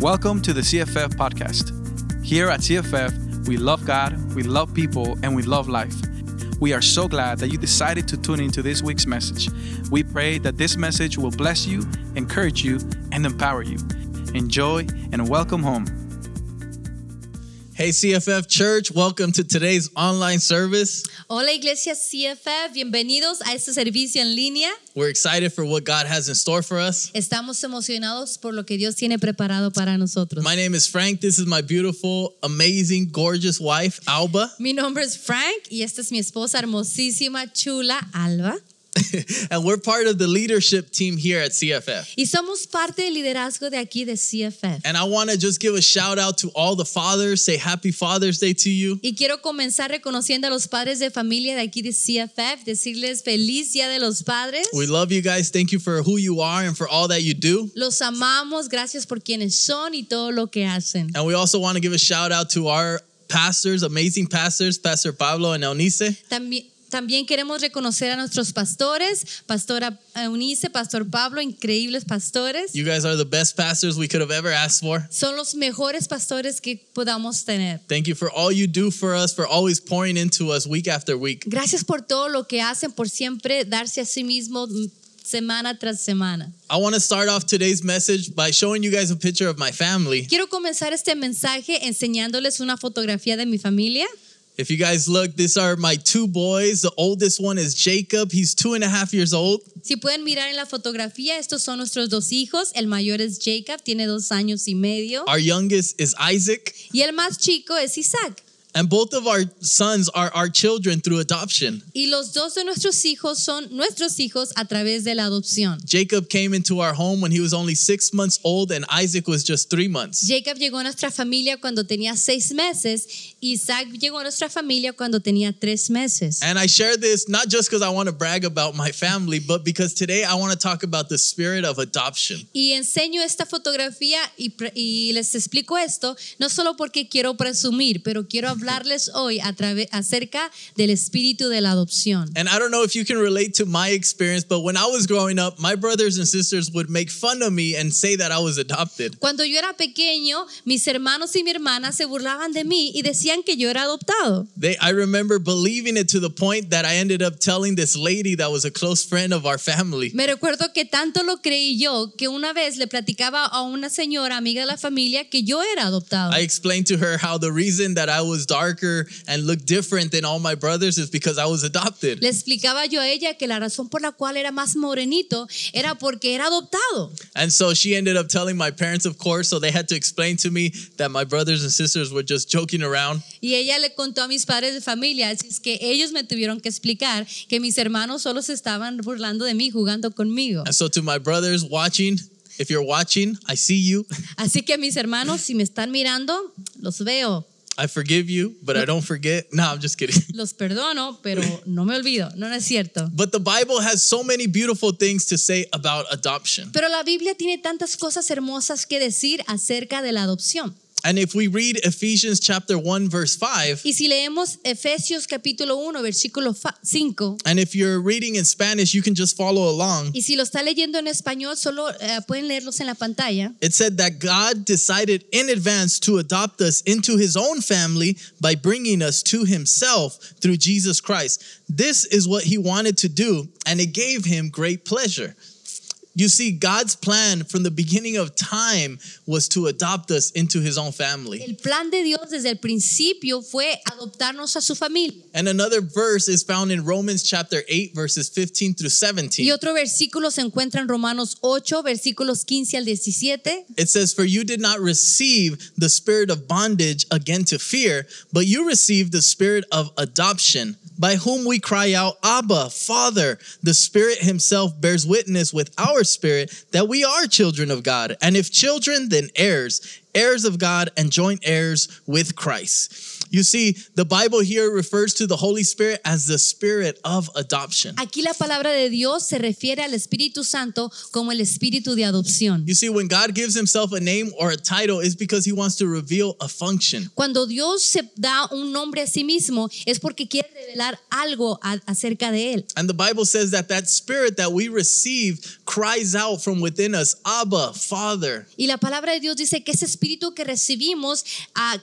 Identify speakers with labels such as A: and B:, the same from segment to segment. A: Welcome to the CFF podcast. Here at CFF, we love God, we love people, and we love life. We are so glad that you decided to tune into this week's message. We pray that this message will bless you, encourage you, and empower you. Enjoy and welcome home.
B: Hey, CFF Church, welcome to today's online service.
C: Hola Iglesia CFF, bienvenidos a este servicio en línea.
B: We're excited for what God has in store for us.
C: Estamos emocionados por lo que Dios tiene preparado para nosotros.
B: My name is Frank. This is my beautiful, amazing, gorgeous wife, Alba.
C: Mi nombre es Frank y esta es mi esposa hermosísima, chula, Alba.
B: and we're part of the leadership team here at CFF.
C: Y somos parte del liderazgo de aquí de CFF.
B: And I want to just give a shout out to all the fathers, say happy Father's Day to you.
C: Y quiero comenzar reconociendo a los padres de familia de aquí de CFF, decirles feliz Día de los Padres.
B: We love you guys. Thank you for who you are and for all that you do.
C: Los amamos, gracias por quienes son y todo lo que hacen.
B: And we also want to give a shout out to our pastors, amazing pastors, Pastor Pablo and Eunice.
C: También, también queremos reconocer a nuestros pastores, Pastora Eunice, Pastor Pablo, increíbles pastores.
B: You guys are the best pastors we could have ever asked for.
C: Son los mejores pastores que podamos tener.
B: Thank you for all you do for us, for always pouring into us week after week.
C: Gracias por todo lo que hacen, por siempre darse a sí mismo mm, semana tras semana.
B: I want to start off today's message by showing you guys a picture of my family.
C: Quiero comenzar este mensaje enseñándoles una fotografía de mi familia.
B: If you guys look, these are my two boys. The oldest one is Jacob, he's two and a half years old.
C: Si pueden mirar en la fotografía, estos son nuestros dos hijos. El mayor es Jacob, tiene dos años y medio.
B: Our youngest is Isaac.
C: Y el más chico es Isaac.
B: And both of our sons are our children through adoption.
C: Y los dos de nuestros hijos son nuestros hijos a través de la adopción.
B: Jacob came into our home when he was only six months old, and Isaac was just three months.
C: Jacob llegó a nuestra familia cuando tenía seis meses. Isaac llegó a nuestra familia cuando tenía tres meses.
B: And I share this not just because I want to brag about my family, but because today I want to talk about the spirit of adoption.
C: Y enseño esta fotografía y, pre- y les explico esto, no solo porque quiero presumir, pero quiero hablarles hoy a trave- acerca del espíritu de la adopción.
B: And I don't know if you can relate to my experience, but when I was growing up, my brothers and sisters would make fun of me and say that I was adopted.
C: Cuando yo era pequeño, mis hermanos y mi hermana se burlaban de mí y decían que yo era adoptado.
B: They, I remember believing it to the point that I ended up telling this lady that was a close friend of our family.
C: Me recuerdo que tanto lo creí yo que una vez le platicaba a una señora amiga de la familia que yo era adoptado.
B: I explained to her how the reason that I was darker and looked different than all my brothers is because I was adopted.
C: Le explicaba yo a ella que la razón por la cual era más morenito era porque era adoptado.
B: And so she ended up telling my parents, of course, so they had to explain to me that my brothers and sisters were just joking around.
C: Y ella le contó a mis padres de familia, así es que ellos me tuvieron que explicar que mis hermanos solo se estaban burlando de mí, jugando conmigo.
B: And so to my brothers watching, if you're watching, I see you.
C: Así que mis hermanos, si me están mirando, los veo.
B: I forgive you, but I don't forget. No, I'm just kidding.
C: Los perdono, pero no me olvido. No, no es cierto.
B: But the Bible has so many beautiful things to say about adoption.
C: Pero la Biblia tiene tantas cosas hermosas que decir acerca de la adopción.
B: And if we read Ephesians chapter 1 verse 5,
C: Y si leemos Efesios capítulo 1, versículo fa- 5,
B: and if you're reading in Spanish, you can just follow along.
C: y si lo está leyendo en español, solo eh, pueden leerlos en la pantalla.
B: It said that God decided in advance to adopt us into his own family by bringing us to himself through Jesus Christ. This is what he wanted to do, and it gave him great pleasure. You see, God's plan from the beginning of time was to adopt us into his own family.
C: El plan de Dios desde el principio fue adoptarnos a su familia.
B: And another verse is found in Romans chapter 8, verses 15 through
C: Y
B: 17.
C: otro versículo se encuentra en Romanos 8, versículos 15 al 17.
B: It says, For you did not receive the spirit of bondage again to fear, but you received the spirit of adoption, by whom we cry out, Abba, Father. The Spirit Himself bears witness with our spirit that we are children of God. And if children, then heirs, heirs of God, and joint heirs with Christ. You see, the Bible here refers to the Holy Spirit as the spirit of adoption.
C: Aquí la palabra de Dios se refiere al Espíritu Santo como el espíritu de adopción.
B: You see, when God gives himself a name or a title, it's because he wants to reveal a function.
C: Cuando Dios se da un nombre a sí mismo es porque quiere revelar algo a- acerca de él.
B: And the Bible says that that spirit that we receive cries out from within us, Abba, Father.
C: Y la palabra de Dios dice que ese espíritu que recibimos ah,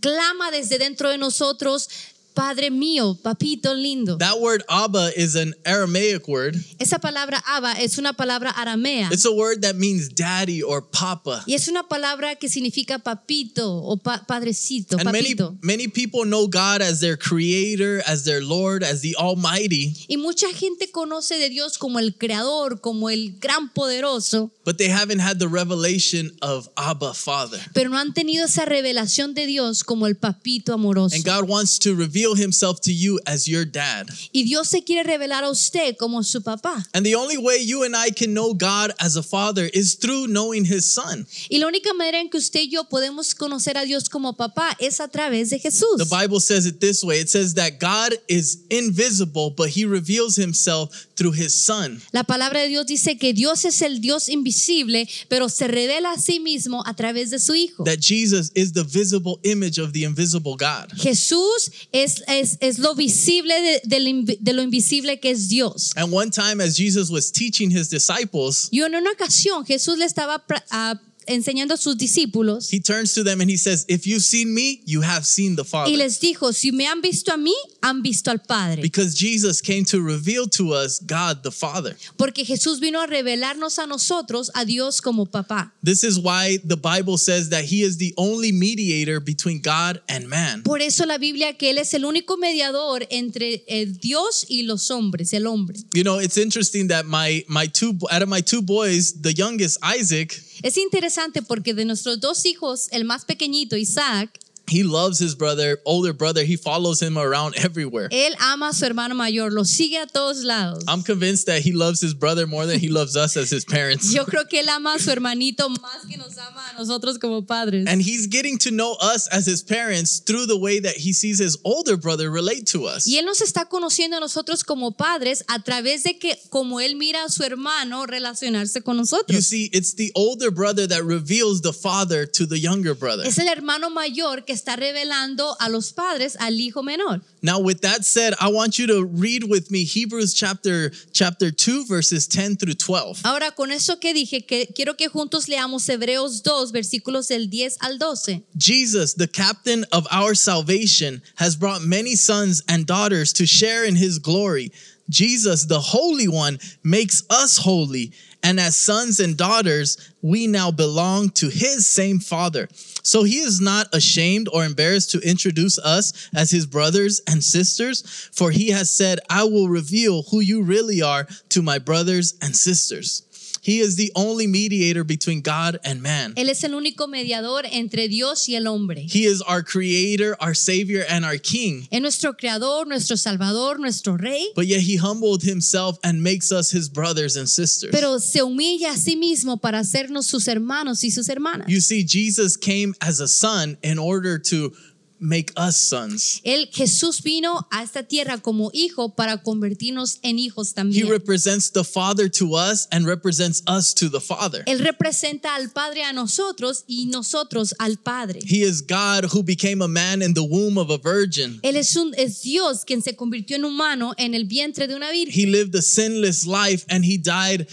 C: clama desde dentro de nosotros, Padre mío, papito lindo.
B: That word Abba is an Aramaic word.
C: Esa palabra Abba es una palabra aramea
B: It's a word that means daddy or papa.
C: y es una palabra que significa papito o pa- padrecito,
B: And many
C: papito.
B: many people know God as their creator, as their Lord, as the Almighty,
C: Y mucha gente conoce de Dios como el creador, como el gran poderoso,
B: but they haven't had the revelation of Abba Father.
C: pero no han tenido esa revelación de Dios como el papito amoroso.
B: And God wants to reveal himself to you as your dad.
C: Y Dios se quiere revelar a usted como su papá.
B: And the only way you and I can know God as a father is through knowing his son.
C: Y la única manera en que usted y yo podemos conocer a Dios como papá es a través de Jesús.
B: The Bible says it this way it says that God is invisible, but he reveals himself through his son.
C: La palabra de Dios dice que Dios es el Dios invisible, pero se revela a sí mismo a través de su Hijo.
B: That Jesus is the visible image of the invisible God.
C: Jesús es, es, es lo visible de, del invi- de lo invisible que es Dios.
B: And one time, as Jesus was teaching his disciples,
C: Y en una ocasión Jesús le estaba pra- ah, enseñando a sus discípulos
B: he turns to them and he says, If you've seen me, you have seen the Father.
C: y les dijo, si me han visto a mí, han visto al Padre.
B: Because Jesus came to reveal to us God the Father.
C: Porque Jesús vino a revelarnos a nosotros, a Dios como papá.
B: This is why the Bible says that he is the only mediator between God and man.
C: Por eso la Biblia que Él es el único mediador entre eh, Dios y los hombres, el hombre.
B: You know, it's interesting that my my two out of my two boys, the youngest Isaac,
C: Es interesante porque de nuestros dos hijos, el más pequeñito, Isaac,
B: he loves his brother, older brother. He follows him around everywhere.
C: él ama a su hermano mayor, lo sigue a todos lados.
B: I'm convinced that he loves his brother more than he loves us as his parents.
C: Yo creo que él ama a su hermanito más que nos ama a nosotros como padres.
B: And he's getting to know us as his parents through the way that he sees his older brother relate to us.
C: Y él nos está conociendo a nosotros como padres a través de que como él mira a su hermano relacionarse con
B: You
C: nosotros.
B: see, it's the older brother that reveals the father to the younger brother.
C: Es el hermano mayor que está revelando a los padres al hijo menor.
B: Now, with that said, I want you to read with me Hebrews chapter chapter 2 verses 10 through 12.
C: Ahora, con eso que dije, que quiero que juntos leamos Hebreos 2, versículos del 10 al 12.
B: Jesus, the captain of our salvation, has brought many sons and daughters to share in his glory. Jesus, the Holy One, makes us holy, and as sons and daughters, we now belong to his same Father. So he is not ashamed or embarrassed to introduce us as his brothers and sisters, for he has said, I will reveal who you really are to my brothers and sisters. He is the only mediator between God and man.
C: Él es el único mediador entre Dios y el hombre.
B: He is our creator, our savior, and our king.
C: Es nuestro creador, nuestro salvador, nuestro rey.
B: But yet he humbled himself and makes us his brothers and sisters.
C: Pero se humilla a sí mismo para hacernos sus hermanos y sus hermanas.
B: you see, Jesus came as a son in order to make us sons.
C: Él, Jesús vino a esta tierra como hijo para convertirnos en hijos
B: He
C: también.
B: represents the Father to us and represents us to the Father.
C: Él representa al Padre a nosotros y nosotros al Padre.
B: He is God who became a man in the womb of a virgin.
C: Él es, un, es Dios quien se convirtió en humano en el vientre de una virgen.
B: He lived a sinless life and he died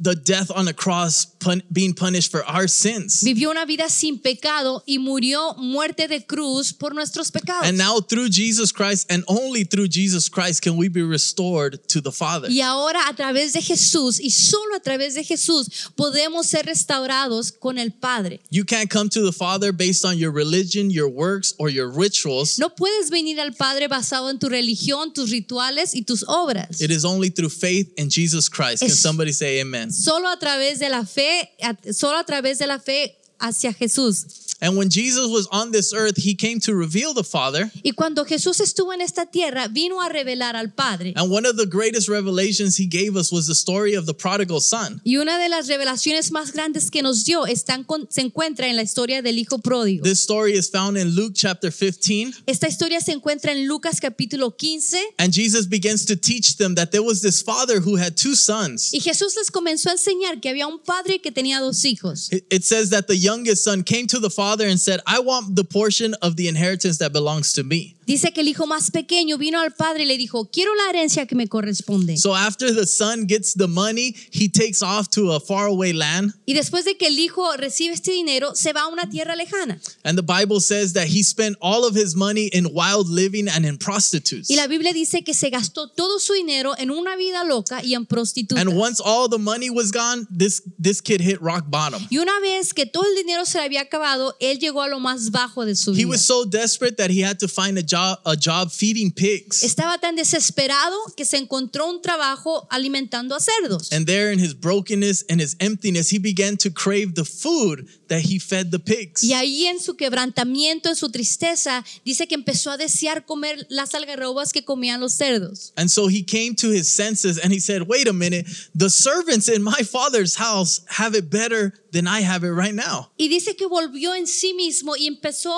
B: the death on a cross, pun- being punished for our sins.
C: Vivió una vida sin pecado y murió muerte de cruz por nuestros pecados.
B: And now through Jesus Christ and only through Jesus Christ can we be restored to the Father.
C: Y ahora a través de Jesús y solo a través de Jesús podemos ser restaurados con el Padre.
B: You can't come to the Father based on your religion, your works, or your rituals.
C: No puedes venir al Padre basado en tu religión, tus rituales y tus obras.
B: It is only through faith in Jesus Christ. Can
C: Es-
B: somebody say amen?
C: Solo a través de la fe, a- solo a través de la fe hacia Jesús.
B: And when Jesus was on this earth, he came to reveal the Father.
C: Y cuando Jesús estuvo en esta tierra, vino a revelar al Padre.
B: And one of the greatest revelations he gave us was the story of the prodigal son.
C: Y una de las revelaciones más grandes que nos dio están con- se encuentra en la historia del Hijo Pródigo.
B: This story is found in Luke chapter 15.
C: Esta historia se encuentra en Lucas capítulo 15
B: And Jesus begins to teach them that there was this father who had two sons.
C: y Jesús les comenzó a enseñar que había un padre que tenía dos hijos.
B: It it says that the youngest son came to the father and said, I want the portion of the inheritance that belongs to me.
C: Dice que el hijo más pequeño vino al padre y le dijo, quiero la herencia que me corresponde.
B: So after the son gets the money, he takes off to a faraway land.
C: Y después de que el hijo recibe este dinero, se va a una tierra lejana.
B: And the Bible says that he spent all of his money in wild living and in prostitutes.
C: Y la Biblia dice que se gastó todo su dinero en una vida loca y en prostitutas.
B: And once all the money was gone, this this kid hit rock bottom.
C: Y una vez que todo el dinero se le había acabado, él llegó a lo más bajo de su
B: He
C: vida.
B: was so desperate that he had to find a job a job feeding pigs.
C: Estaba tan desesperado que se encontró un trabajo alimentando a cerdos.
B: And there in his brokenness and his emptiness, he began to crave the food that he fed the pigs.
C: Y ahí en su quebrantamiento, en su tristeza, dice que empezó a desear comer las algarrobas que comían los cerdos.
B: And so he came to his senses and he said, "Wait a minute, the servants in my father's house have it better than I have it right now."
C: Y dice que volvió en sí mismo y empezó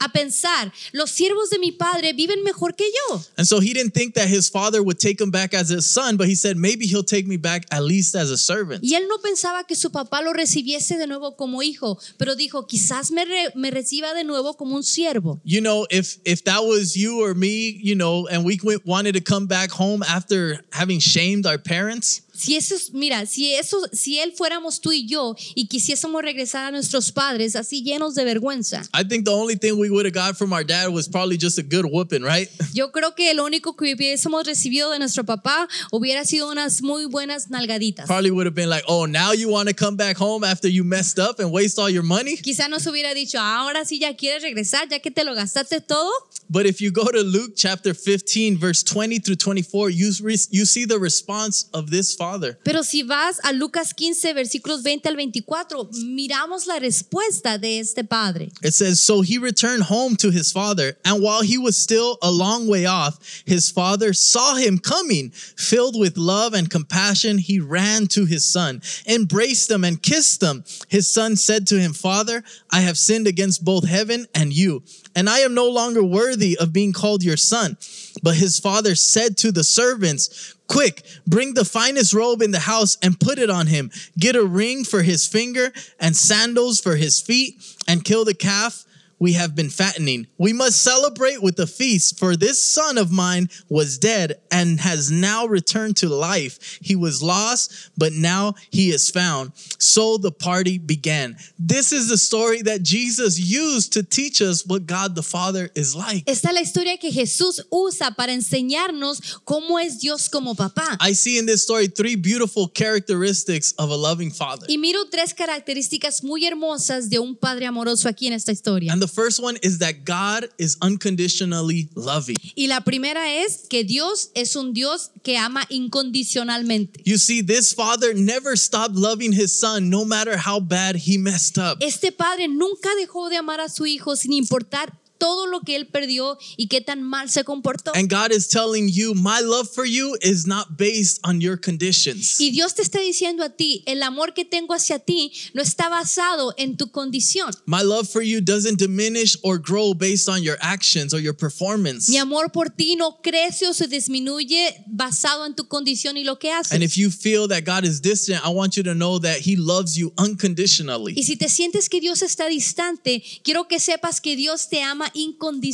C: a pensar, los siervos de mi padre viven mejor que yo.
B: And so he didn't think that his father would take him back as his son, but he said, "Maybe he'll take me back at least as a servant."
C: Y él no pensaba que su papá lo recibiese de nuevo como hijo, pero dijo, quizás me, re- me reciba de nuevo como un siervo.
B: you know if if that was you or me you know and we went, wanted to come back home after having shamed our parents
C: Si eso, es- mira, si eso, si él fuéramos tú y yo y quisiésemos regresar a nuestros padres así llenos de vergüenza,
B: i think the only thing we would have got from our dad was probably just a good whooping right
C: yo creo que lo único que hubiésemos recibido de nuestro papá hubiera sido unas muy buenas nalgaditas.
B: probably would have been like oh now you want to come back home after you messed up and waste all your money
C: Quizá nos hubiera dicho, "Ah, ahora sí ya quieres regresar, ya que te lo gastaste todo.
B: but if you go to luke chapter 15 verse 20 through 24 you, re- you see the response of this father
C: Pero si vas a Lucas 15, versículos 20 al 24, miramos la respuesta de este padre.
B: it says, So he returned home to his father, and while he was still a long way off, his father saw him coming. Filled with love and compassion, he ran to his son, embraced him, and kissed him. His son said to him, Father, I have sinned against both heaven and you, and I am no longer worthy of being called your son. But his father said to the servants, Quick, bring the finest robe in the house and put it on him. Get a ring for his finger and sandals for his feet, and kill the calf we have been fattening. We must celebrate with a feast, for this son of mine was dead and has now returned to life. He was lost, but now he is found. So the party began. This is the story that Jesus used to teach us what God the Father is like.
C: Esta es la historia que Jesús usa para enseñarnos cómo es Dios como papá.
B: I see in this story three beautiful characteristics of a loving father.
C: Y miro tres características muy hermosas de un padre amoroso aquí en esta historia.
B: And the first one is that God is unconditionally loving.
C: Y la primera es que Dios es un Dios que ama incondicionalmente.
B: You see, this father never stopped loving his son, no matter how bad he messed up.
C: Este padre nunca dejó de amar a su hijo sin importar todo lo que él perdió y qué tan mal se comportó.
B: And God is telling you, my love for you is not based on your conditions.
C: Y Dios te está diciendo a ti, el amor que tengo hacia ti no está basado en tu condición.
B: My love for you doesn't diminish or grow based on your actions or your performance.
C: Mi amor por ti no crece o se disminuye basado en tu condición y lo que haces.
B: And if you feel that God is distant, I want you to know that he loves you unconditionally.
C: Y si te sientes que Dios está distante, quiero que sepas que Dios te ama
B: And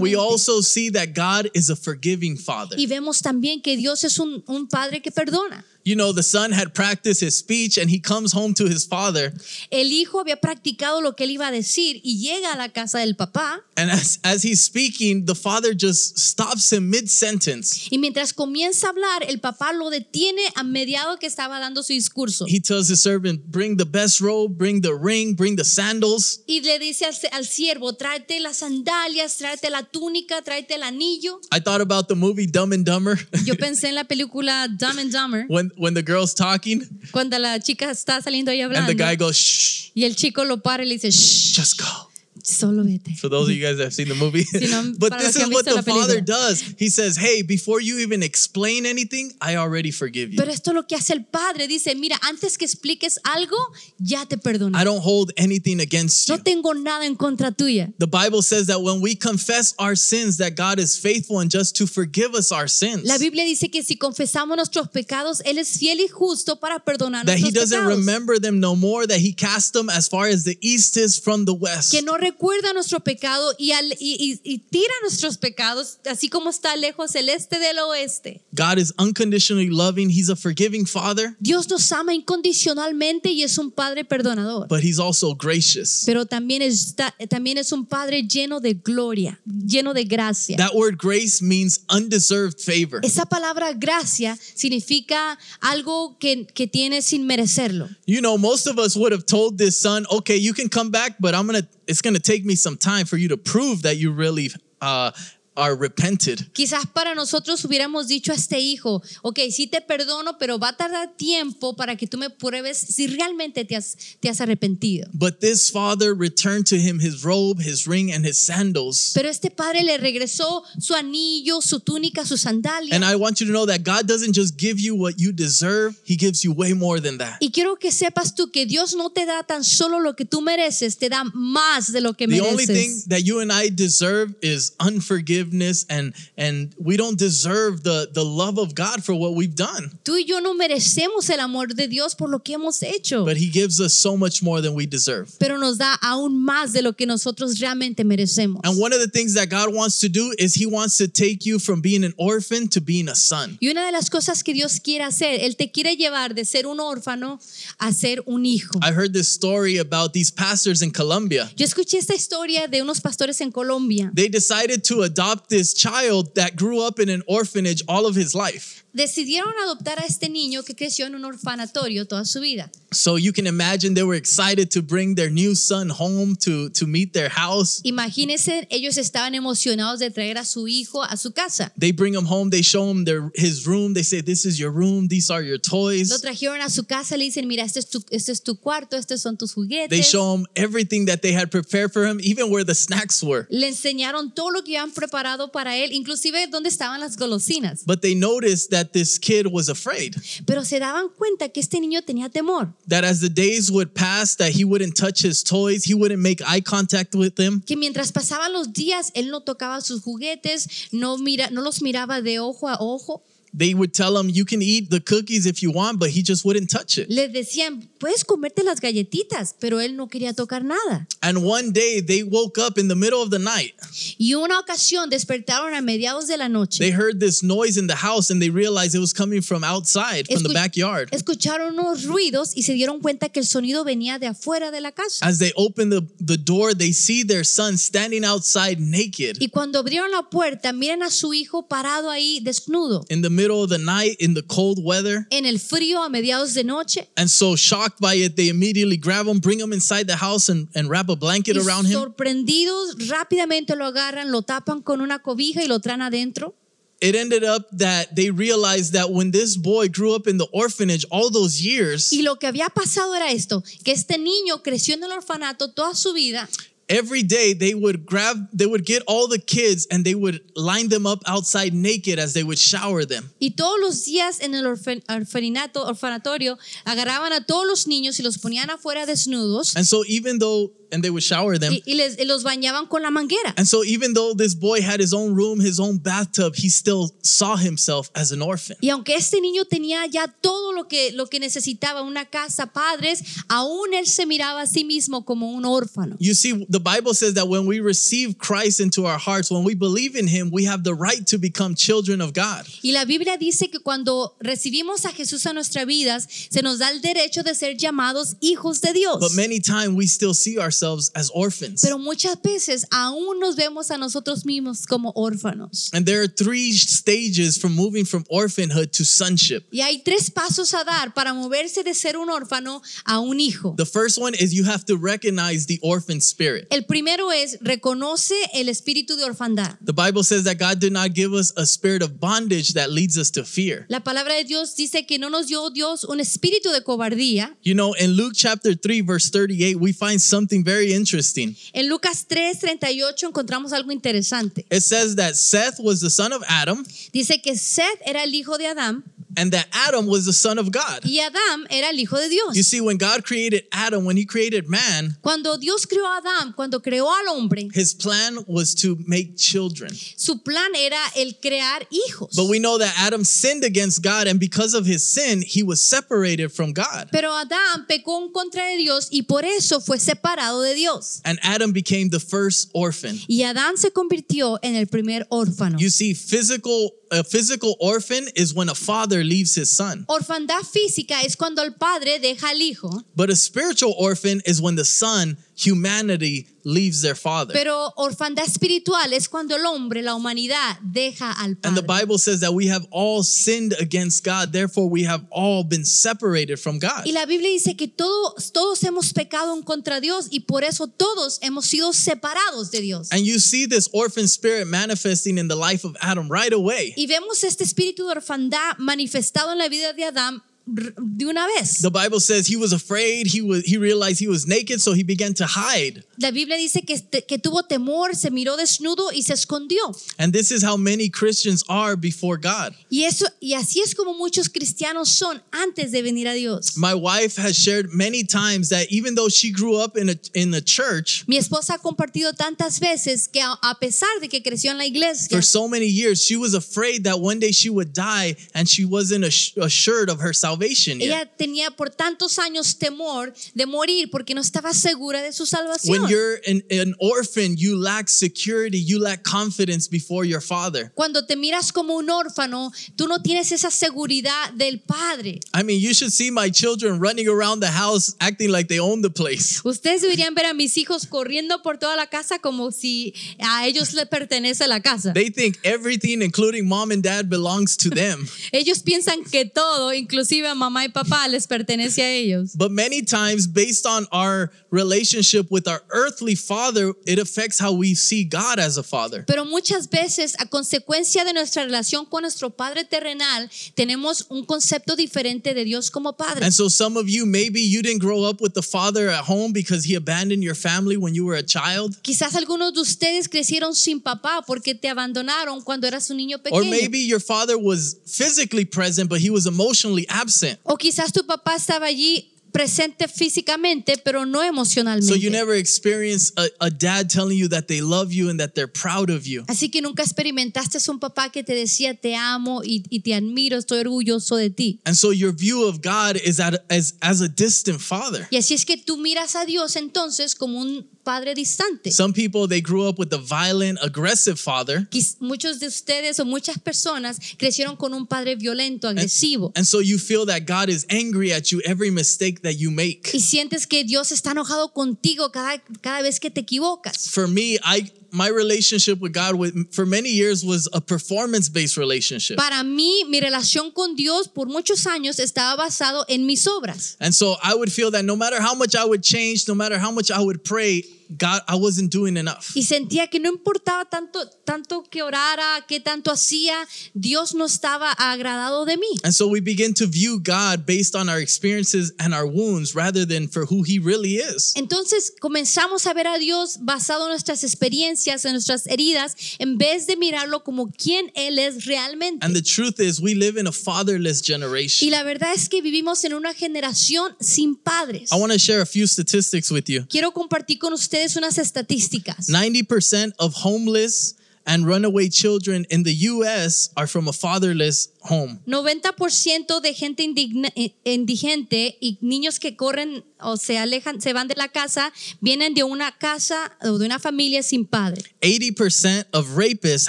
B: we
C: incondicionalmente.
B: also see that God is a forgiving father.
C: Y vemos también que Dios es un, un padre que perdona.
B: You know, the son had practiced his speech and he comes home to his father.
C: El hijo había practicado lo que él iba a decir y llega a la casa del papá.
B: And as, as he's speaking, the father just stops him mid sentence.
C: Y mientras comienza a hablar, el papá lo detiene a mediado que estaba dando su discurso.
B: He tells his servant, Bring the best robe, bring the ring, bring the sandals.
C: Y le dice al, al siervo, tráete las sandalias, tráete la túnica, tráete el anillo.
B: I thought about the movie Dumb and Dumber
C: Yo pensé en la película Dumb and Dumber,
B: when, when the girl's talking
C: cuando la chica está saliendo ahí
B: and the
C: hablando.
B: guy goes, Shh.
C: Y el chico lo para y le dice, Shh,
B: Just go.
C: solo vete.
B: For those of you guys that have seen the movie.
C: Si no,
B: but
C: para
B: this
C: los que
B: is
C: han
B: what
C: visto
B: the
C: la
B: father
C: película.
B: does. He says, Hey, before you even explain anything, I already forgive you.
C: Pero esto es lo que hace el padre. Dice, mira, antes que expliques algo, ya te perdoné.
B: I don't hold anything against you.
C: No tengo nada en contra tuya.
B: The Bible says that when we confess our sins, that God is faithful and just to forgive us our sins.
C: La Biblia dice que si confesamos nuestros pecados, Él es fiel y justo para perdonar
B: That he
C: nuestros
B: doesn't
C: pecados.
B: remember them no more, that he cast them as far as the east is from the west.
C: que no recuerda nuestro pecado y, al- y- y- y tira nuestros pecados, así como está lejos el este del oeste.
B: God is unconditionally loving. He's a forgiving father,
C: Dios nos ama incondicionalmente y es un Padre perdonador,
B: but he's also gracious.
C: pero también, está- también es un Padre lleno de gloria, lleno de gracia.
B: That word grace means undeserved favor.
C: Esa palabra gracia significa algo que, que tiene sin merecerlo.
B: You know, most of us would have told this son, okay, you can come back, but I'm going to, it's going to take me some time for you to prove that you really uh, are repented.
C: Quizás para nosotros hubiéramos dicho a este hijo, ok, sí te perdono, pero va a tardar tiempo para que tú me pruebes si realmente te has, te has arrepentido.
B: But this father returned to him his robe, his ring, and his sandals.
C: Pero este padre le regresó su anillo, su túnica, su sandalia.
B: And I want you to know that God doesn't just give you what you deserve, He gives you way more than that.
C: y quiero que sepas tú que Dios no te da tan solo lo que tú mereces, te da más de lo que
B: The only thing
C: mereces.
B: that you and I deserve is unforgiveness, and and we don't deserve the the love of God for what we've done.
C: Tú y yo no merecemos el amor de Dios por lo que hemos hecho,
B: But He gives us so much more than we deserve.
C: pero nos da aún más de lo que nosotros realmente merecemos.
B: And one of the things that God wants to do is He wants to take you from being an orphan to being a son.
C: Y una de las cosas que Dios quiere hacer, Él te quiere llevar de ser un órfano a ser un hijo.
B: I heard this story about these pastors in Colombia.
C: Yo escuché esta historia de unos pastores en Colombia.
B: They decided to adopt this child that grew up in an orphanage all of his life.
C: Decidieron adoptar a este niño que creció en un orfanatorio toda su vida.
B: So you can imagine they were excited to bring their new son home to to meet their house.
C: Imagínense, ellos estaban emocionados de traer a su hijo a su casa.
B: They bring him home, they show him their his room, they say this is your room, these are your
C: Lo
B: toys.
C: trajeron a su casa, le dicen, mira, este es tu, este es tu cuarto, estos son tus
B: They
C: juguetes.
B: show him everything that they had prepared for him, even where the snacks were.
C: Le enseñaron todo lo que habían preparado para él, inclusive dónde estaban las golosinas.
B: But they noticed that this kid was afraid.
C: Pero se daban cuenta que este niño tenía temor,
B: That as the days would pass, that he wouldn't touch his toys, he wouldn't make eye contact with them.
C: que mientras pasaban los días, él no tocaba sus juguetes, no, mira, no los miraba de ojo a ojo.
B: They would tell him, "You can eat the cookies if you want," but he just wouldn't touch it.
C: Les decían, puedes comerte las galletitas, pero él no quería tocar nada.
B: And one day they woke up in the middle of the night
C: Y una ocasión despertaron a mediados de la noche.
B: They heard this noise in the house and they realized it was coming from outside, from the
C: Escu-
B: backyard.
C: Escucharon unos ruidos y se dieron cuenta que el sonido venía de afuera de la casa.
B: As they open the, the door, they see their son standing outside naked
C: Y cuando abrieron la puerta, miran a su hijo parado ahí desnudo,
B: in the middle of the night in the cold weather.
C: en el frío a mediados de noche.
B: And so, shocked by it, they immediately grab him, bring him inside the house, and, and wrap a blanket around
C: Y
B: him.
C: sorprendidos, rápidamente lo agarran, lo tapan con una cobija y lo traen adentro.
B: It ended up that they realized that when this boy grew up in the orphanage all those years,
C: Y lo que había pasado era esto, que este niño creció en el orfanato toda su vida
B: every day they would grab, they would get all the kids and they would line them up outside naked as they would shower them.
C: y todos los días en el orfe- orfanato, orfanatorio agarraban a todos los niños y los ponían afuera desnudos
B: And so even though and they would shower them.
C: y, y les- y los bañaban con la manguera.
B: And so even though this boy had his own room, his own bathtub, he still saw himself as an orphan.
C: Y aunque este niño tenía ya todo lo que, lo que necesitaba, una casa, padres, aún él se miraba a sí mismo como un órfano.
B: You see, the Bible says that when we receive Christ into our hearts, when we believe in him, we have the right to become children of God.
C: Y la Biblia dice que cuando recibimos a Jesús a nuestras vidas, se nos da el derecho de ser llamados hijos de Dios.
B: But many times we still see ourselves as orphans.
C: Pero muchas veces aún nos vemos a nosotros mismos como órfanos.
B: And there are three stages from moving from orphanhood to sonship.
C: Y hay tres pasos a dar para moverse de ser un órfano a un hijo.
B: The first one is you have to recognize the orphan spirit. spirit.
C: El primero es, reconoce el espíritu de orfandad.
B: The Bible says that God did not give us a spirit of bondage that leads us to fear.
C: La palabra de Dios dice que no nos dio Dios un espíritu de cobardía.
B: You know, in Luke chapter 3, verse 38, we find something very interesting.
C: En Lucas 3:38 encontramos algo interesante.
B: It says that Seth was the son of Adam
C: Dice que Seth era el hijo de Adán
B: and that Adam was the son of God.
C: y Adán era el hijo de
B: You
C: Dios.
B: see, when God created Adam, when he created man,
C: Cuando Dios creó a Adán, cuando creó al hombre,
B: his plan was to make children.
C: su plan era el crear hijos.
B: But we know that Adam sinned against God, and because of his sin, he was separated from God.
C: Pero Adán pecó en contra de Dios y por eso fue separado de Dios.
B: And Adam became the first orphan.
C: Y Adán se convirtió en el primer órfano.
B: You see, physical a physical orphan is when a father leaves his son.
C: Orfandad física es cuando el padre deja al hijo,
B: But a spiritual orphan is when the son, humanity, leaves their father.
C: pero orfandad espiritual es cuando el hombre, la humanidad, deja al
B: And the
C: padre.
B: Bible says that we have all sinned against God, therefore we have all been separated from God.
C: Y la Biblia dice que todos, todos hemos pecado en contra de Dios y por eso todos hemos sido separados de Dios.
B: And you see this orphan spirit manifesting in the life of Adam right away.
C: Y vemos este espíritu de orfandad manifestado en la vida de Adán r- de una vez.
B: The Bible says he was afraid, he was he realized he was naked, so he began to hide.
C: La Biblia dice que, este- que tuvo temor, se miró desnudo y se escondió.
B: And this is how many Christians are before God.
C: Y, eso, y así es como muchos cristianos son antes de venir a Dios.
B: My wife has shared many times that even though she grew up in a in the church
C: Mi esposa ha compartido tantas veces que a, a pesar de que creció en la iglesia,
B: for so many years, she was afraid that one day she would die and she wasn't ass- assured of her salvation yet.
C: ella tenía por tantos años temor de morir porque no estaba segura de su
B: When
C: salvación.
B: you're an, an orphan, you lack security, you lack confidence before your father.
C: Cuando te miras como un órfano, tú no tienes esa seguridad del Padre.
B: I mean, you should see my children running around the house acting like they own the place.
C: Ustedes deberían ver a mis hijos corriendo por toda la casa como si a ellos les pertenece la casa.
B: They think everything, including mom and dad, belongs to them.
C: Ellos piensan que todo, inclusive a mamá y papá, les pertenece a ellos.
B: But many times, based on our relationship with our earthly father, it affects how we see God as a father.
C: Pero muchas veces, a consecuencia de nuestra relación con nuestro Padre terrenal, tenemos un concepto diferente de Dios como Padre.
B: And so, some of you, maybe you didn't grow up with the father at home because he abandoned your family when you were a child.
C: Quizás algunos de ustedes crecieron sin papá porque te abandonaron cuando eras un niño
B: Or
C: pequeño.
B: maybe your father was physically present, but he was emotionally absent.
C: O quizás tu papá estaba allí presente físicamente, pero no emocionalmente.
B: So you never experience a, a dad telling you that they love you and that they're proud of you.
C: Así que nunca experimentaste un papá que te decía te amo y, y te admiro, estoy orgulloso de ti.
B: And so your view of God is at, as, as a distant father.
C: Y así es que tú miras a Dios entonces como un padre distante.
B: Some people, they grew up with a violent, aggressive father.
C: Quiz- Muchos de ustedes o muchas personas crecieron con un padre violento, agresivo.
B: And so you feel that God is angry at you every mistake that you make.
C: Y sientes que Dios está enojado contigo cada, cada vez que te equivocas.
B: For me, I my relationship with God with, for many years was a performance-based relationship.
C: Para mí, mi relación con Dios por muchos años estaba basado en mis obras.
B: And so I would feel that no matter how much I would change, no matter how much I would pray, God, I wasn't doing enough.
C: Y sentía que no importaba tanto, tanto que orara, qué tanto hacía, Dios no estaba agradado de mí.
B: And so we begin to view God based on our experiences and our wounds rather than for who he really is.
C: Entonces comenzamos a ver a Dios basado en nuestras experiencias, en nuestras heridas, en vez de mirarlo como quien Él es realmente.
B: And the truth is, we live in a fatherless
C: Y
B: generation.
C: la verdad es que vivimos en una generación sin padres.
B: I want to share a few statistics with you.
C: Quiero compartir con ustedes unas estadísticas.
B: 90% of homeless and runaway children in the US are from a fatherless home.
C: 90% de gente indigna- eh, indigente y niños que corren o se alejan, se van de la casa, vienen de una casa o de una familia sin padre.
B: 80% of rapists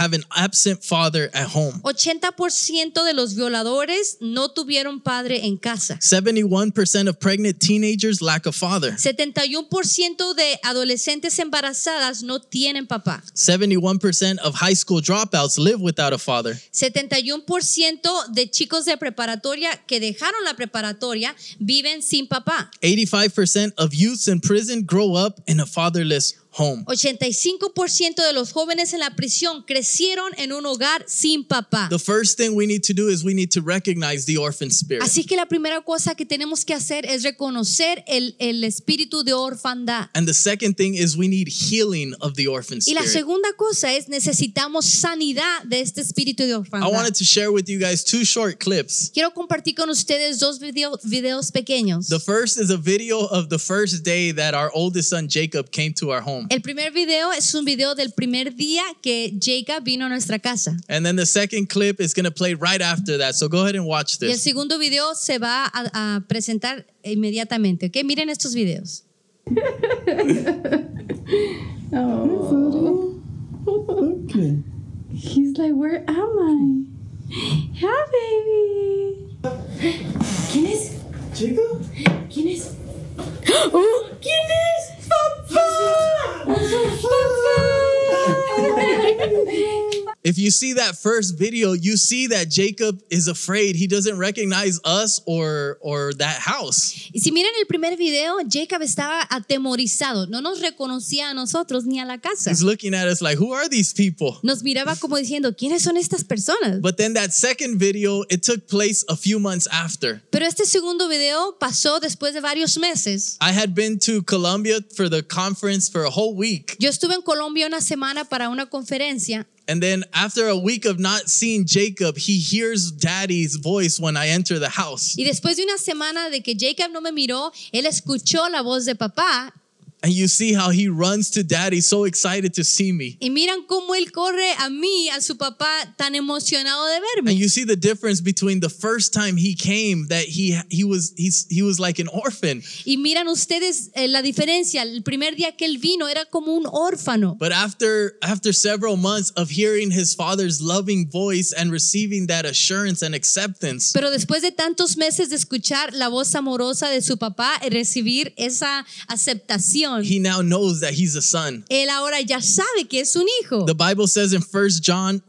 B: have an absent father at home.
C: 80% de los violadores no tuvieron padre en casa.
B: 71% of pregnant teenagers lack a father.
C: 71% de adolescentes embarazadas no tienen papá.
B: 71% of high school dropouts live without a father.
C: 71% de chicos de preparatoria que dejaron la preparatoria viven sin papá.
B: 85% of youths in prison grow up in a fatherless home.
C: 85% de los jóvenes en la prisión crecieron en un hogar sin papá.
B: The first thing we need to do is we need to recognize the orphan spirit.
C: Así que la primera cosa que tenemos que hacer es reconocer el, el espíritu de orfandad.
B: And the second thing is we need healing of the orphan
C: Y la
B: spirit.
C: segunda cosa es necesitamos sanidad de este espíritu de
B: I
C: orfandad.
B: wanted to share with you guys two short clips.
C: Quiero compartir con ustedes dos video- videos pequeños.
B: The first is a video of the first day that our oldest son Jacob came to our home.
C: El primer video es un video del primer día que Jacob vino a nuestra casa.
B: And then the second clip is going to play right after that. So go ahead and watch
C: Y el
B: this.
C: segundo video se va a, a presentar inmediatamente. ¿ok? Miren estos videos.
D: Oh,
E: Okay.
D: he's like, where am I? Yeah, baby. ¿Quién es?
E: Chico?
D: ¿Quién es? Oh, ¿Quién es? ¡Papá! ¡Papá!
B: If you see that first video, you see that Jacob is afraid. He doesn't recognize us or or that house.
C: Y si miran el primer video, Jacob estaba atemorizado. No nos reconocía a nosotros ni a la casa.
B: He's looking at us like, "Who are these people?"
C: Nos miraba como diciendo, ¿quiénes son estas personas?
B: But then that second video, it took place a few months after.
C: Pero este segundo video pasó después de varios meses.
B: I had been to Colombia for the conference for a whole week.
C: Yo estuve en Colombia una semana para una conferencia
B: And then after a week of not seeing Jacob, he hears daddy's voice when I enter the house.
C: y después de una semana de que Jacob no me miró, él escuchó la voz de papá
B: And you see how he runs to daddy, so excited to see me.
C: y miran cómo él corre a mí, a su papá, tan emocionado de
B: And
C: verme.
B: you see the difference between the first time he came that he he was he's, he was like an orphan,
C: Y miran ustedes eh, la diferencia. El primer día que él vino era como un órfano.
B: but after after several months of hearing his father's loving voice and receiving that assurance and acceptance,
C: Pero después de tantos meses de escuchar la voz amorosa de su papá y recibir esa aceptación,
B: he now knows that he's a son.
C: él ahora ya sabe que es un hijo.
B: The Bible says in 1 John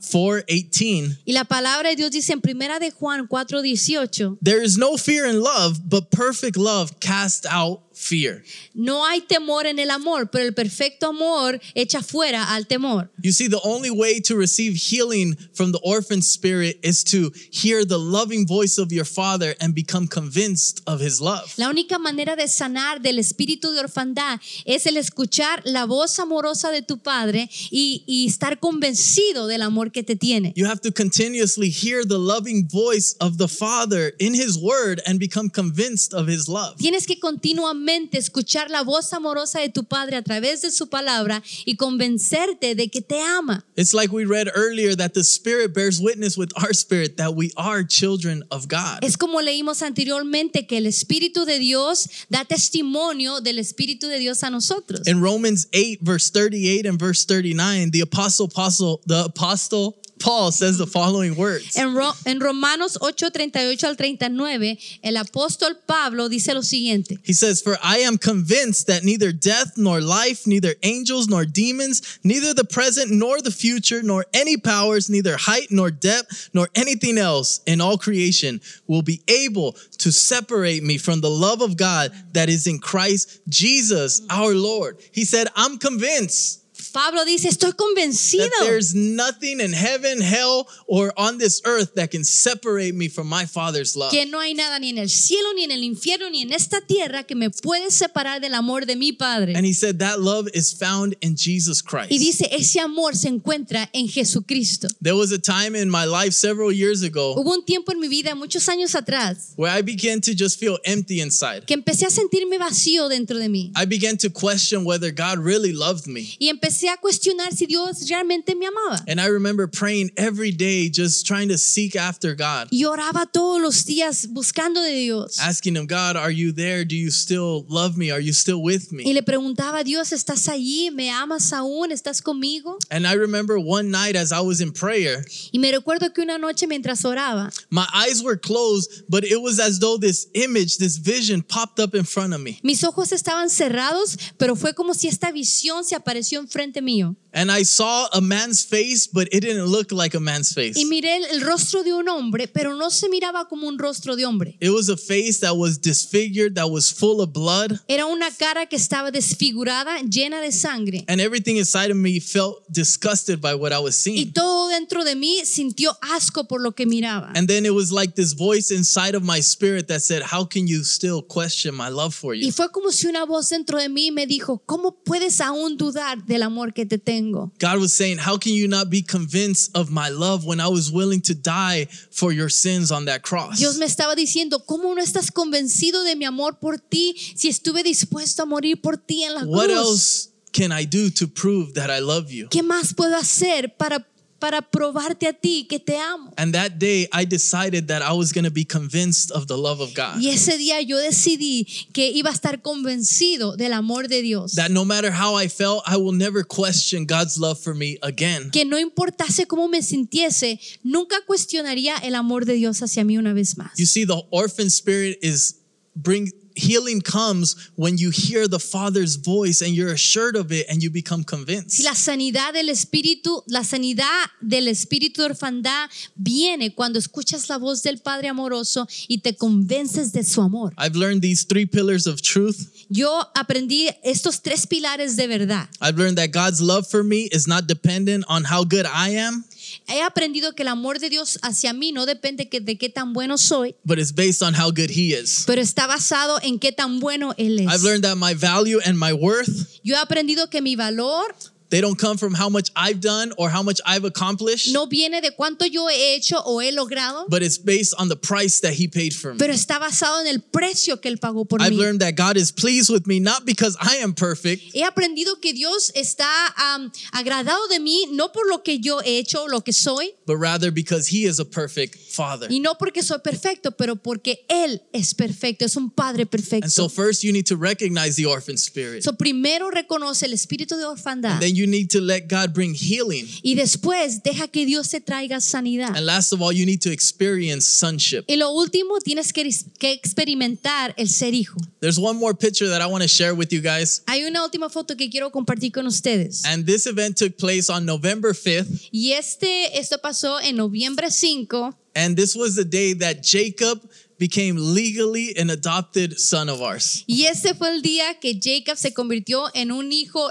B: 4:18,
C: Y la palabra de Dios dice en primera de Juan 4:18,
B: there is no fear in love, but perfect love casts out fear.
C: no hay temor en el amor, pero el perfecto amor echa fuera al temor.
B: You see, the only way to receive healing from the orphan spirit is to hear the loving voice of your father and become convinced of his love.
C: La única manera de sanar del espíritu de orfandad es el escuchar la voz amorosa de tu padre y, y estar convencido del amor que te tiene.
B: You have to continuously hear the loving voice of the father in his word and become convinced of his love.
C: Tienes que continuamente escuchar la voz amorosa de tu Padre a través de su palabra y convencerte de que te ama.
B: It's like we read earlier that the spirit bears witness with our spirit that we are children of God.
C: Es como leímos anteriormente que el Espíritu de Dios da testimonio del Espíritu de Dios a nosotros.
B: In Romans 8, verse 38 and verse 39, the apostle, apostle the apostle Paul says the following words.
C: En, Ro- en Romanos 8, 38 al 39, el apóstol Pablo dice lo siguiente.
B: He says, For I am convinced that neither death nor life, neither angels nor demons, neither the present nor the future, nor any powers, neither height nor depth, nor anything else in all creation will be able to separate me from the love of God that is in Christ Jesus our Lord. He said, I'm convinced
C: Pablo dice, estoy convencido
B: that there's nothing in heaven, hell, or on this earth that can separate me from my Father's love.
C: que no hay nada ni en el cielo, ni en el infierno, ni en esta tierra que me puede separar del amor de mi Padre.
B: And he said, That love is found in Jesus Christ.
C: Y dice, ese amor se encuentra en Jesucristo.
B: There was a time in my life several years ago
C: Hubo un tiempo en mi vida, muchos años atrás,
B: where I began to just feel empty inside.
C: que empecé a sentirme vacío dentro de mí.
B: I began to question whether God really loved me.
C: Y empecé a cuestionar si Dios realmente me amaba.
B: And I remember praying every day, just trying to seek after God,
C: Y oraba todos los días buscando de Dios.
B: asking Him, God, are you there? Do you still love me? Are you still with
C: Y
B: me?
C: le preguntaba, Dios, ¿estás allí? ¿Me amas aún? ¿Estás conmigo?
B: And I remember one night as I was in prayer,
C: Y me recuerdo que una noche mientras oraba,
B: my eyes were closed, but it was as though this image, this vision popped up in front of me.
C: mis ojos estaban cerrados, pero fue como si esta visión se apareció enfrente mío
B: And I saw a man's face, but it didn't look like a man's face.
C: y miré el, el rostro de un hombre, pero no se miraba como un rostro de hombre.
B: It was a face that was disfigured, that was full of blood,
C: Era una cara que estaba desfigurada, llena de sangre.
B: and everything inside of me felt disgusted by what I was
C: Y
B: seeing.
C: todo dentro de mí sintió asco por lo que miraba.
B: And then it was like this voice inside of my spirit that said, How can you still question my love for
C: Y
B: you?
C: fue como si una voz dentro de mí me dijo, ¿cómo puedes aún dudar del amor que te tengo?
B: God was saying, How can you not be convinced of my love when I was willing to die for your sins on that cross?
C: Dios me estaba diciendo, ¿cómo no estás convencido de mi amor por ti si estuve dispuesto a morir por ti en la
B: What
C: cruz?
B: else can I do to prove that I love you?
C: ¿Qué más puedo hacer para, para probarte a ti que te amo?
B: And that day, I decided that I was going to be convinced of the love of God.
C: Y ese día yo decidí que iba a estar convencido del amor de Dios.
B: That no matter how I felt, I will never question God's love for me again.
C: Que no importase cómo me sintiese, nunca cuestionaría el amor de Dios hacia mí una vez más.
B: You see, the orphan spirit is bring healing comes when you hear the Father's voice and you're assured of it and you become
C: Si
B: convinced.
C: la sanidad del espíritu, la sanidad del espíritu de orfandad viene cuando escuchas la voz del Padre amoroso y te convences de su amor.
B: I've learned these three pillars of truth.
C: Yo aprendí estos tres pilares de verdad.
B: I've learned that God's love for me is not dependent on how good I am,
C: He aprendido que el amor de Dios hacia mí no depende que- de qué tan bueno soy,
B: but it's based on how good He is.
C: pero está basado en qué tan bueno Él es.
B: I've learned that my value and my worth
C: Yo he aprendido que mi valor
B: They don't come from how much I've done or how much I've accomplished,
C: no viene de cuánto yo he hecho o he logrado,
B: but it's based on the price that he paid for me.
C: pero está basado en el precio que Él pagó por
B: I've
C: mí.
B: learned that God is pleased with me not because I am perfect,
C: He aprendido que Dios está am, agradado de mí, no por lo que yo he hecho, lo que soy,
B: but rather because he is a perfect father.
C: y no porque soy perfecto, pero porque Él es perfecto, es un Padre perfecto.
B: And so first you need to recognize the orphan spirit.
C: So, ah. primero reconoce el espíritu de orfandad
B: Then you need to let God bring healing.
C: y después deja que Dios te traiga sanidad.
B: And last of all, you need to experience sonship.
C: Y lo último, tienes que, que experimentar el ser hijo.
B: There's one more picture that I want to share with you guys.
C: Hay una última foto que quiero compartir con ustedes.
B: And this event took place on November 5th.
C: Y este, esto pasó en noviembre 5
B: And this was the day that Jacob became legally an adopted son of ours.
C: Y este fue el día que Jacob se convirtió en un hijo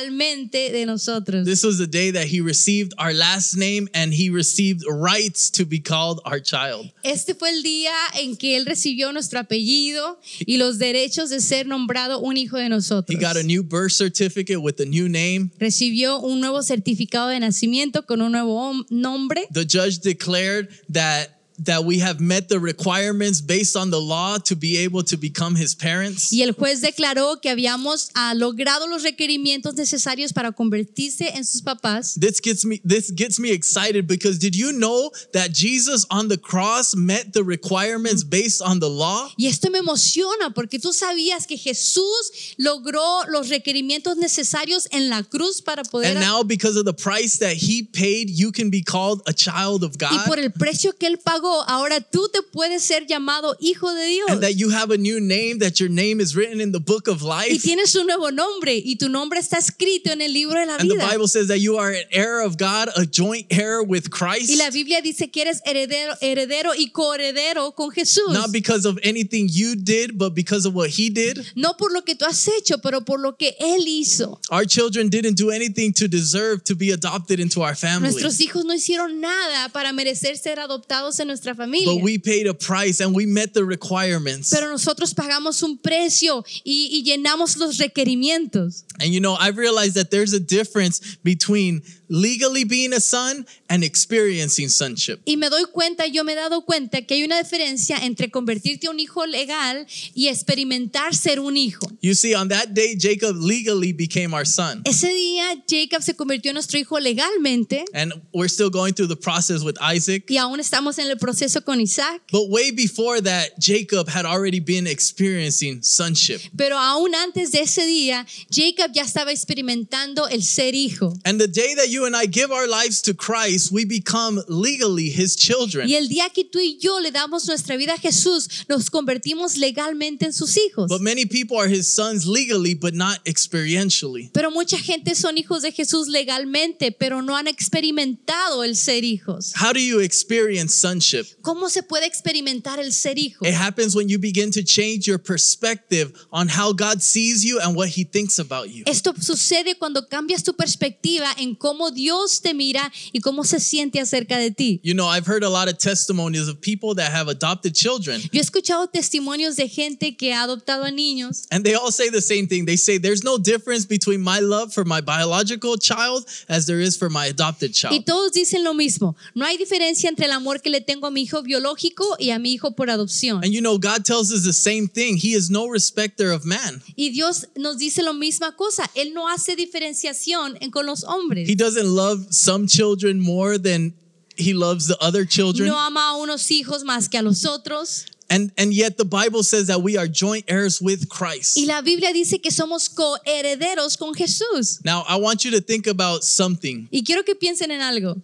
C: legalmente de nosotros.
B: This was the day that he received our last name and he received rights to be called our child.
C: Este fue el día en que él recibió nuestro apellido y los derechos de ser nombrado un hijo de
B: He
C: nosotros.
B: got a new birth certificate with a new name.
C: Recibió un nuevo certificado de nacimiento con un nuevo hom- nombre.
B: The judge declared that that we have met the requirements based on the law to be able to become his parents.
C: Y el juez declaró que habíamos ah, logrado los requerimientos necesarios para convertirse en sus papás.
B: This gets me this gets me excited because did you know that Jesus on the cross met the requirements based on the law?
C: Y esto me emociona porque tú sabías que Jesús logró los requerimientos necesarios en la cruz para poder
B: And now because of the price that he paid, you can be called a child of
C: Y
B: God.
C: por el precio que él pagó, ahora tú te puedes ser llamado hijo de Dios.
B: and that you have a new name that your name is written in the book of
C: Y
B: life
C: tienes un nuevo nombre y tu nombre está escrito en el libro de la
B: and the
C: vida.
B: bible says that you are an heir of god a joint heir with
C: Y la
B: christ
C: Biblia dice que eres heredero, heredero y coheredero con Jesús.
B: not because of anything you did but because of what he did
C: No por lo que tú has hecho, pero por lo que él hizo.
B: our children didn't do anything to deserve to be adopted into our family
C: Nuestros hijos no hicieron nada para merecer ser adoptados en nuestra
B: but
C: familia.
B: we paid a price and we met the requirements
C: Pero nosotros pagamos un precio y, y llenamos los requerimientos.
B: and you know i've realized that there's a difference between legally being a son and experiencing sonship
C: Y me doy cuenta, yo me he dado cuenta que hay una diferencia entre convertirte a un hijo legal y experimentar ser un hijo.
B: you see on that day jacob legally became our son
C: Ese día Jacob se convirtió en nuestro hijo legalmente
B: And we're still going through the process with Isaac.
C: y aún estamos en el proceso con Isaac,
B: But way before that, Jacob had already been experiencing sonship.
C: pero aún antes de ese día, Jacob ya estaba experimentando el ser hijo.
B: And the day that you and I give our lives to Christ, we become legally his children.
C: Y el día que tú y yo le damos nuestra vida a Jesús, nos convertimos legalmente en sus hijos.
B: But many people are his sons legally, but not experientially.
C: Pero mucha gente son hijos de Jesús legalmente, pero no han experimentado el ser hijos.
B: How do you experience sonship?
C: ¿Cómo se puede experimentar el ser hijo?
B: It happens when you begin to change your perspective on how God sees you and what he thinks about you.
C: Esto sucede cuando cambias tu perspectiva en cómo Dios te mira y cómo se siente acerca de ti.
B: You know, I've heard a lot of testimonies of people that have adopted children,
C: Yo he escuchado testimonios de gente que ha adoptado a niños
B: and they all say the same thing. They say, There's no difference between my love for my biological child as there is for my adopted
C: y
B: child.
C: todos dicen lo mismo. No hay diferencia entre el amor que le tengo a mi hijo biológico y a mi hijo por adopción.
B: And you know, God tells us the same thing. He is no respecter of man.
C: Y Dios nos dice la misma cosa. Él no hace diferenciación en- con los hombres.
B: He doesn't love some children more than he loves the other children.
C: No ama a unos hijos más que a los otros.
B: And and yet the Bible says that we are joint heirs with Christ.
C: Y la Biblia dice que somos coherederos con Jesús.
B: Now, I want you to think about something.
C: Y quiero que piensen en algo.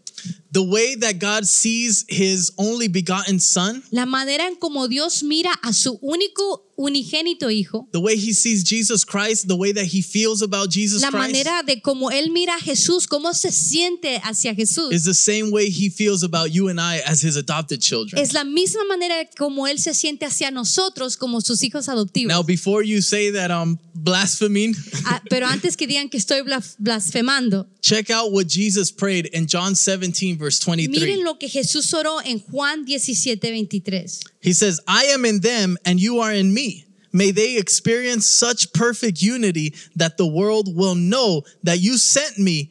B: The way that God sees his only begotten son,
C: La manera en como Dios mira a su único unigénito hijo,
B: the way he sees Jesus Christ, the way that he feels about Jesus
C: la
B: Christ
C: manera de cómo Él mira a Jesús, cómo se siente hacia Jesús,
B: is the same way he feels about you and I as his adopted children.
C: es la misma manera como Él se siente hacia nosotros como sus hijos adoptivos.
B: Now, before you say that I'm blaspheming,
C: Ah, pero antes que digan que estoy blas- blasfemando,
B: check out what Jesus prayed in John 17, verse 23.
C: Miren lo que Jesús oró en Juan 17, 23.
B: He says, I am in them and you are in me. May they experience such perfect unity that the world will know that you sent me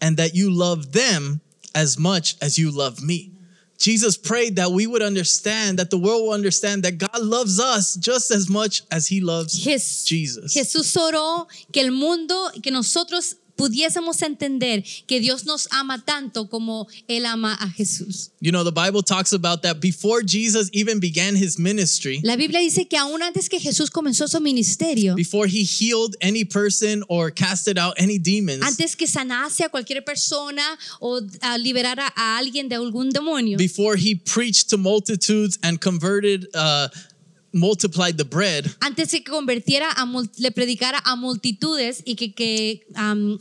B: and that you love them as much as you love me. Jesus prayed that we would understand, that the world will understand that God loves us just as much as he loves
C: Jes-
B: Jesus.
C: Jesús oró que el mundo, que nosotros pudiésemos entender que Dios nos ama tanto como Él ama a Jesús.
B: You know, the Bible talks about that before Jesus even began his ministry,
C: La Biblia dice que aún antes que Jesús comenzó su ministerio,
B: before he healed any person or casted out any demons,
C: antes que sanase a cualquier persona o ah, liberara a alguien de algún demonio,
B: before he preached to multitudes and converted uh multiplied the bread
C: antes de que convirtiera a mul- le predicara a multitudes y que, que, am,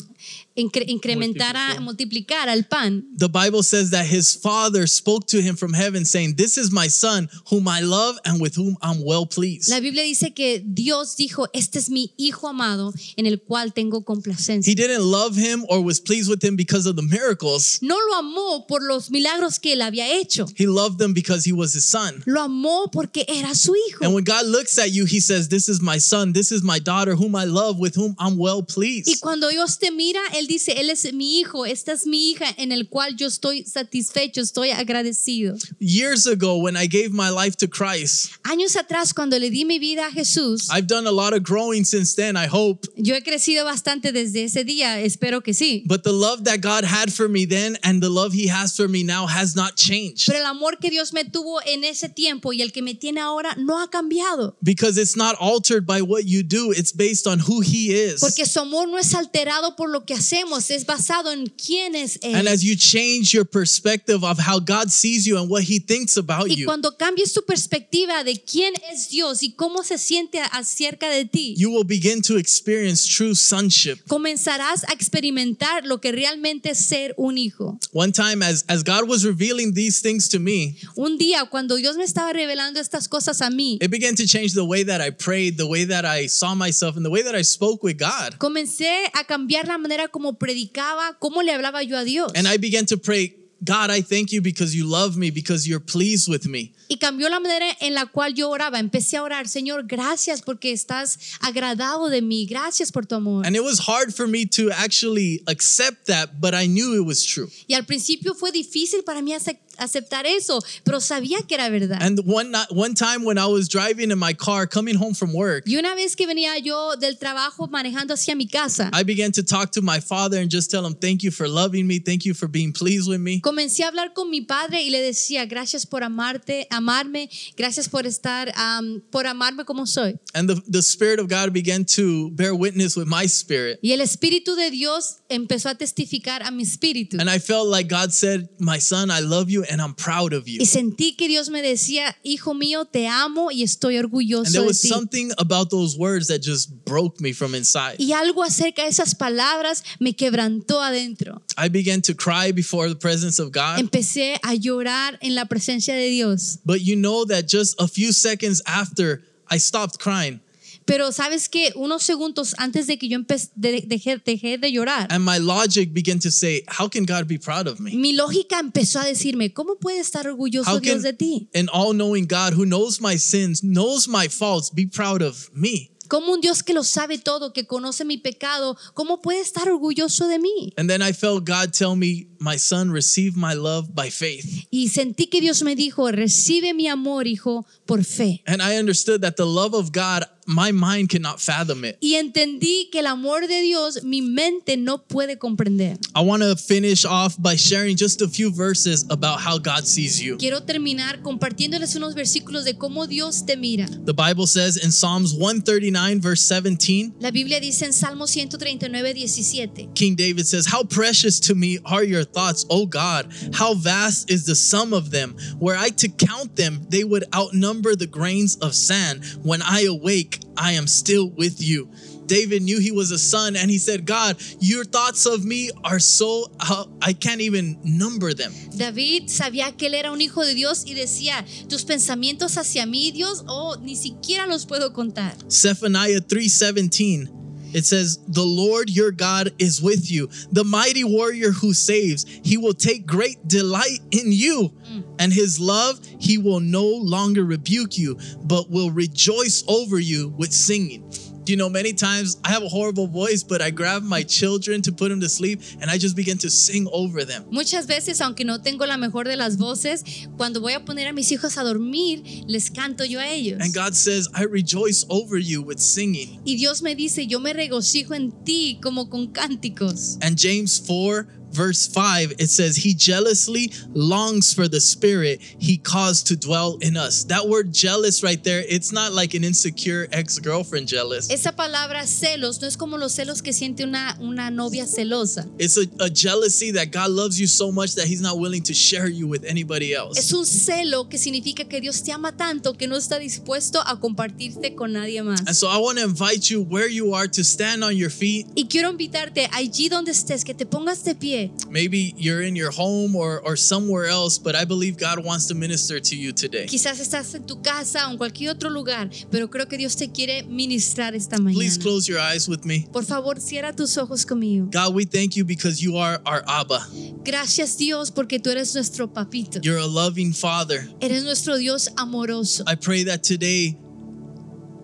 C: incre- incrementara, multiplicara el pan.
B: the bible says that his father spoke to him from heaven saying this is my son whom i love and with whom i'm well pleased
C: La Biblia dice que Dios dijo, este es mi hijo amado en el cual tengo
B: he
C: complacencia.
B: didn't love him or was pleased with him because of the miracles
C: No lo amó por los milagros que él había hecho.
B: he loved them because he was his son
C: Lo amó porque era su
B: and
C: hijo.
B: when god looks at you he says this is my son this is my daughter whom i love with whom i'm well
C: Y
B: pleased
C: cuando Dios te mira, Él dice, Él es mi hijo, esta es mi hija en el cual yo estoy satisfecho, estoy agradecido.
B: years ago when i gave my life to christ
C: Años atrás, cuando le di mi vida a Jesús,
B: i've done a lot of growing since then i hope
C: yo he crecido bastante desde ese día, espero que sí.
B: But the love that God had for me then and the love he has for me now has not changed.
C: Pero el amor que Dios me tuvo en ese tiempo y el que me tiene ahora no ha cambiado.
B: Because it's not altered by what you do, it's based on who he is.
C: Porque su amor no es alterado por lo que hacemos, es basado en quién es
B: And
C: Él.
B: as you change your perspective of how God sees you and what he thinks about
C: Y
B: you,
C: cuando cambies tu perspectiva de quién es Dios y cómo se siente acerca de ti,
B: you will begin to experience true sonship.
C: comenzarás a experimentar lo que realmente es ser un hijo.
B: One time, as, as God was revealing these things to me,
C: Un día, cuando Dios me estaba revelando estas cosas a mí,
B: it began to change the way that I prayed, the way that I saw myself, and the way that I spoke with God.
C: comencé a cambiar la manera como predicaba, cómo le hablaba yo a Dios.
B: And I began to pray, God, I thank you because you love me, because you're pleased with me.
C: Y cambió la manera en la cual yo oraba. Empecé a orar, Señor, gracias porque estás agradado de mí, gracias por tu amor.
B: And it was hard for me to actually accept that, but I knew it was true.
C: Y al principio fue difícil para mí acep- aceptar eso, pero sabía que era verdad.
B: And one night, one time when I was driving in my car coming home from work,
C: y una vez que venía yo del trabajo manejando hacia mi casa,
B: I began to talk to my father and just tell him, "Thank you for loving me. Thank you for being pleased with me."
C: comencé a hablar con mi padre y le decía, gracias por amarte, amarme, gracias por estar, am, por amarme como soy.
B: And the, the Spirit of God began to bear witness with my spirit.
C: Y el Espíritu de Dios empezó a testificar a mi espíritu.
B: And I felt like God said, My son, I love you and I'm proud of you.
C: Y sentí que Dios me decía, hijo mío, te amo y estoy
B: And there
C: orgulloso de
B: was
C: ti.
B: something about those words that just broke me from inside.
C: Y algo acerca de esas palabras me quebrantó adentro.
B: I began to cry before the presence of God.
C: Empecé a llorar en la presencia de Dios.
B: But you know that just a few seconds after, I stopped crying
C: Pero sabes que unos segundos antes de que yo empe- de- dejé, dejé de llorar,
B: and my logic began to say, How can God be proud of me?
C: mi lógica empezó a decirme, ¿cómo puede estar
B: How
C: orgulloso
B: can
C: Dios de ti?
B: an all knowing God who knows my sins, knows my faults, be proud of me?
C: ¿Cómo un Dios que lo sabe todo, que conoce mi pecado, cómo puede estar orgulloso de mí?
B: And then I felt God tell me, My son, receive my love by faith.
C: Y sentí que Dios me dijo, recibe mi amor, hijo, por fe.
B: And I understood that the love of God, my mind cannot fathom it.
C: Y entendí que el amor de Dios mi mente no puede comprender.
B: I want to finish off by sharing just a few verses about how God sees you.
C: Quiero terminar compartiéndoles unos versículos de cómo Dios te mira.
B: The Bible says in Psalms 139, verse 17,
C: La Biblia dice en Salmo 139, 17.
B: King David says, How precious to me are your thoughts, O God. How vast is the sum of them. Were I to count them, they would outnumber the grains of sand. When I awake, I am still with you. David knew he was a son, and he said, God, your thoughts of me are so, out- I can't even number them.
C: David sabía que él era un hijo de Dios y decía, tus pensamientos hacia mí, Dios, oh, ni siquiera los puedo contar.
B: Zephaniah 3:17 it says the Lord your God is with you the mighty warrior who saves he will take great delight in you and his love he will no longer rebuke you but will rejoice over you with singing you know many times I have a horrible voice but I grab my children to put them to sleep and I just begin to sing over them
C: Muchas veces, aunque no tengo la mejor de las voces, cuando voy a poner a mis hijos a dormir, les canto yo a ellos.
B: and God says I rejoice over you with singing
C: Y Dios me dice, yo me regocijo en ti como con cánticos.
B: And James 4, verse 5, it says, He jealously longs for the spirit he caused to dwell in us. That word jealous right there, it's not like an insecure ex girlfriend jealous.
C: Esa palabra celos no es como los celos que siente una, una novia celosa.
B: It's a, a jealousy that God loves you so much that He's not willing to share you with anybody else.
C: Es un celo que significa que Dios te ama tanto que no está dispuesto a compartirte con nadie más.
B: And so I want to invite you where you are to stand on your feet.
C: Y quiero invitarte allí donde estés, que te pongas de pie.
B: Maybe you're in your home or, or somewhere else, but I believe God wants to minister to you today.
C: Quizás estás en tu casa o en cualquier otro lugar, pero creo que Dios te quiere ministrar esta mañana.
B: Please close your eyes with me.
C: Por favor, cierra tus ojos conmigo.
B: God, we thank you because you are our Abba.
C: Gracias Dios porque tú eres nuestro papito.
B: You're a loving father.
C: Eres nuestro Dios amoroso.
B: I pray that today,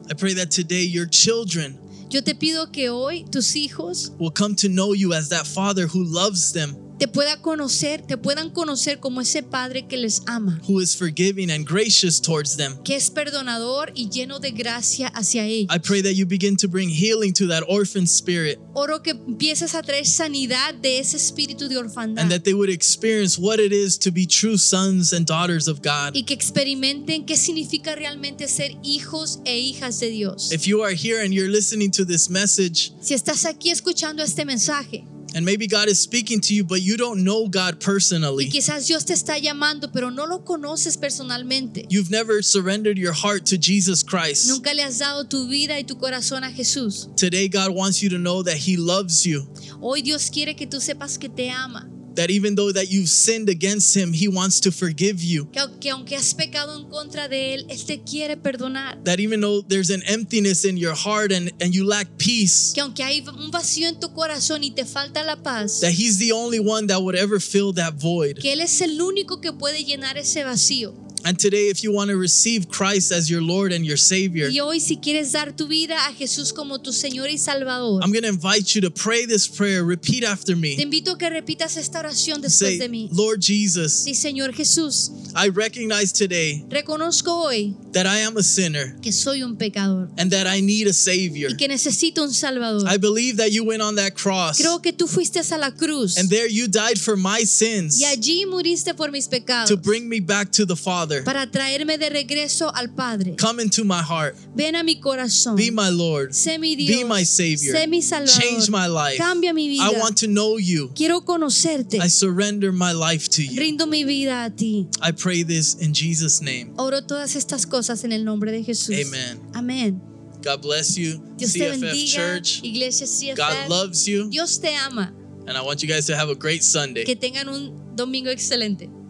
B: I pray that today your children
C: Yo te pido que hoy tus hijos
B: will come to know you as that father who loves them,
C: te pueda conocer, te puedan conocer como ese padre que les ama,
B: who is forgiving and gracious towards them.
C: que es perdonador y lleno de gracia hacia
B: I
C: ellos.
B: pray that you begin to bring healing to that orphan spirit
C: Oro que empieces a traer sanidad de ese espíritu de orfandad.
B: and that they would experience what it is to be true sons and daughters of God.
C: y que experimenten qué significa realmente ser hijos e hijas de Dios.
B: If you are here and you're listening to this message,
C: Si estás aquí escuchando este mensaje
B: and maybe God is speaking to you, but you don't know God personally,
C: y quizás Dios te está llamando, pero no lo conoces personalmente,
B: you've never surrendered your heart to Jesus Christ.
C: nunca le has dado tu vida y tu corazón a Jesús.
B: Today, God wants you to know that He loves you.
C: Hoy Dios quiere que tú sepas que te ama,
B: that even though that you've sinned against him he wants to forgive you
C: que, au- que aunque has pecado en contra de Él, Él te quiere perdonar,
B: that even though there's an emptiness in your heart and, and you lack peace
C: que aunque hay un vacío en tu corazón y te falta la paz,
B: that he's the only one that would ever fill that void
C: que Él es el único que puede llenar ese vacío.
B: And today, if you want to receive Christ as your Lord and your Savior,
C: Y hoy si quieres dar tu vida a Jesús como tu Señor y Salvador,
B: I'm going to invite you to pray this prayer. Repeat after
C: te
B: me.
C: invito a que repitas esta oración después de
B: Say,
C: mí.
B: Lord Jesus,
C: Sí, Señor Jesús,
B: I recognize today
C: reconozco hoy
B: that I am a sinner
C: que soy un pecador
B: and that I need a Savior.
C: y que necesito un Salvador.
B: I believe that you went on that cross
C: Creo que tú fuiste a la cruz
B: and there you died for my sins
C: y allí muriste por mis pecados
B: to bring me back to the Father.
C: para traerme de regreso al Padre.
B: Come into my heart.
C: Ven a mi corazón.
B: Be my Lord.
C: Sé mi Dios.
B: Be my Savior.
C: Sé mi Salvador.
B: Change my life.
C: Cambia mi vida.
B: I want to know you.
C: Quiero conocerte.
B: I surrender my life to you.
C: Rindo mi vida a ti.
B: I pray this in Jesus' name.
C: Oro todas estas cosas en el nombre de Jesús.
B: Amen.
C: Amén.
B: God bless you,
C: Dios te
B: CFF
C: bendiga.
B: Church.
C: Iglesia CFF.
B: God loves you,
C: Dios te ama.
B: and I want you guys to have a great Sunday.
C: Que tengan un domingo excelente.